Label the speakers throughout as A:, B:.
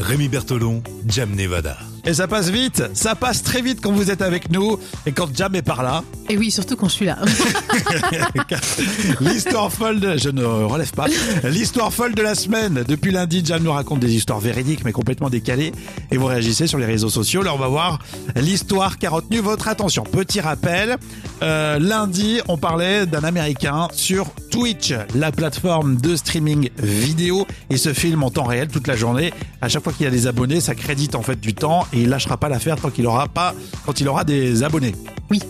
A: Rémi Bertolon, Jam Nevada.
B: Et ça passe vite, ça passe très vite quand vous êtes avec nous et quand Jam est par là.
C: Et oui, surtout quand je suis là.
B: L'histoire folle, de- je ne relève pas. L'histoire folle de la semaine. Depuis lundi, Jam nous raconte des histoires véridiques mais complètement décalées et vous réagissez sur les réseaux sociaux. Là, on va voir l'histoire qui a retenu votre attention. Petit rappel, euh, lundi, on parlait d'un Américain sur Twitch, la plateforme de streaming vidéo et se filme en temps réel toute la journée. À chaque fois qu'il y a des abonnés, ça crédite en fait du temps et il lâchera pas l'affaire tant qu'il aura pas quand il aura des abonnés.
C: Oui.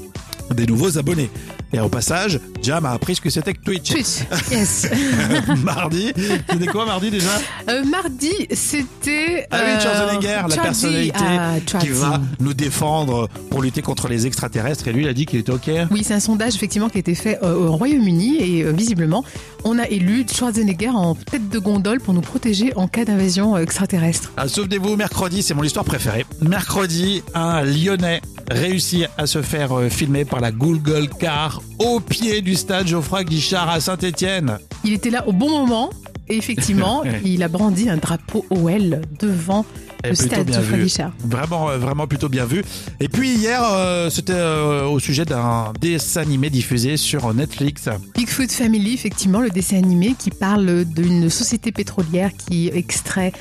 B: Des nouveaux abonnés. Et au passage, Jam a appris ce que c'était que Twitch.
C: Twitch. Yes.
B: mardi. C'était quoi mardi déjà
C: Euh, mardi, c'était.
B: Ah oui,
C: euh,
B: Schwarzenegger, la
C: Charlie.
B: personnalité
C: Ah,
B: qui
C: Charlie.
B: va nous défendre pour lutter contre les extraterrestres. Et lui, il a dit qu'il était OK.
C: Oui, c'est un sondage effectivement qui a été fait euh, au Royaume-Uni et euh, visiblement, on a élu Schwarzenegger en tête de gondole pour nous protéger en cas d'invasion euh, extraterrestre.
B: Ah, Souvenez-vous, mercredi, c'est mon histoire préférée. Mercredi, un Lyonnais réussit à se faire euh, filmer par la Google Car au pied du stade Geoffroy Guichard à Saint-Étienne.
C: Il était là au bon moment et effectivement, il a brandi un drapeau OL devant
B: Eh,
C: le
B: plutôt
C: stade
B: bien
C: de
B: vu.
C: Guichard.
B: Vraiment, euh, vraiment plutôt bien vu. Et puis hier, euh, c'était euh, au sujet d'un dessin animé diffusé sur Netflix.
C: Bigfoot Family, effectivement, le dessin animé qui parle d'une société pétrolière qui extrait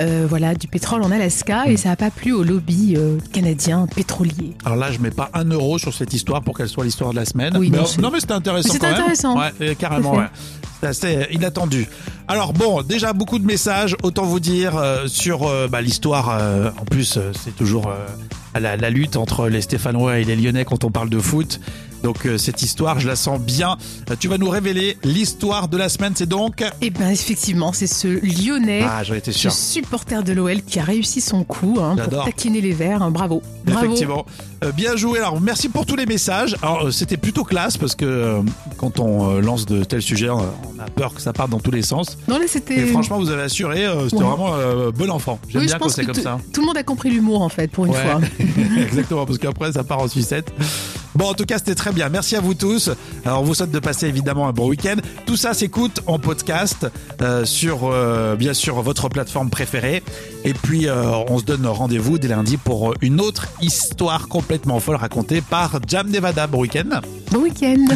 C: euh, voilà, du pétrole en Alaska
B: Mm.
C: et ça n'a pas plu au lobby euh, canadien pétrolier.
B: Alors là, je mets pas un euro sur cette histoire pour qu'elle soit l'histoire de la semaine.
C: Oui,
B: mais
C: non,
B: oh,
C: c'est-
B: non, mais c'était intéressant.
C: Mais c'est
B: quand même.
C: intéressant.
B: Ouais, euh, carrément.
C: Tout à
B: Ouais. C'est assez inattendu. Alors bon, déjà beaucoup de messages. Autant vous dire euh, sur euh, bah, l'histoire. euh, en plus, euh, c'est toujours euh, à la, la lutte entre les Stéphanois et les Lyonnais quand on parle de foot. Donc euh, cette histoire, je la sens bien. Euh, tu vas nous révéler l'histoire de la semaine. C'est donc.
C: Et bien Eh ben, effectivement, c'est ce Lyonnais,
B: Ah, j'en étais
C: ce
B: sûr.
C: supporter de l'OL qui a réussi son coup hein,
B: J'adore.
C: pour taquiner les Verts. hein, bravo. Bravo.
B: Effectivement. Euh, bien joué. Alors, merci pour tous les messages. Alors, euh, c'était plutôt classe parce que euh, quand on euh, lance de tels sujets, euh, on a peur que ça parte dans tous les sens.
C: Non, là,
B: Et,
C: c'était...
B: franchement, vous avez assuré. euh, c'était
C: Ouais.
B: vraiment euh, bon enfant. J'aime
C: Oui, je
B: bien quand
C: pense
B: c'est
C: que
B: comme
C: tout-
B: ça.
C: tout le monde a compris l'humour en fait pour une
B: Ouais.
C: fois.
B: Exactement, parce qu'après, ça part en sucette. Bon, en tout cas, c'était très bien. Merci à vous tous. Alors, on vous souhaite de passer évidemment un bon week-end. Tout ça s'écoute en podcast euh, sur, euh, bien sûr, votre plateforme préférée. Et puis, euh, on se donne rendez-vous dès lundi pour une autre histoire complètement folle racontée par Jam Nevada. Bon week-end.
C: Bon week-end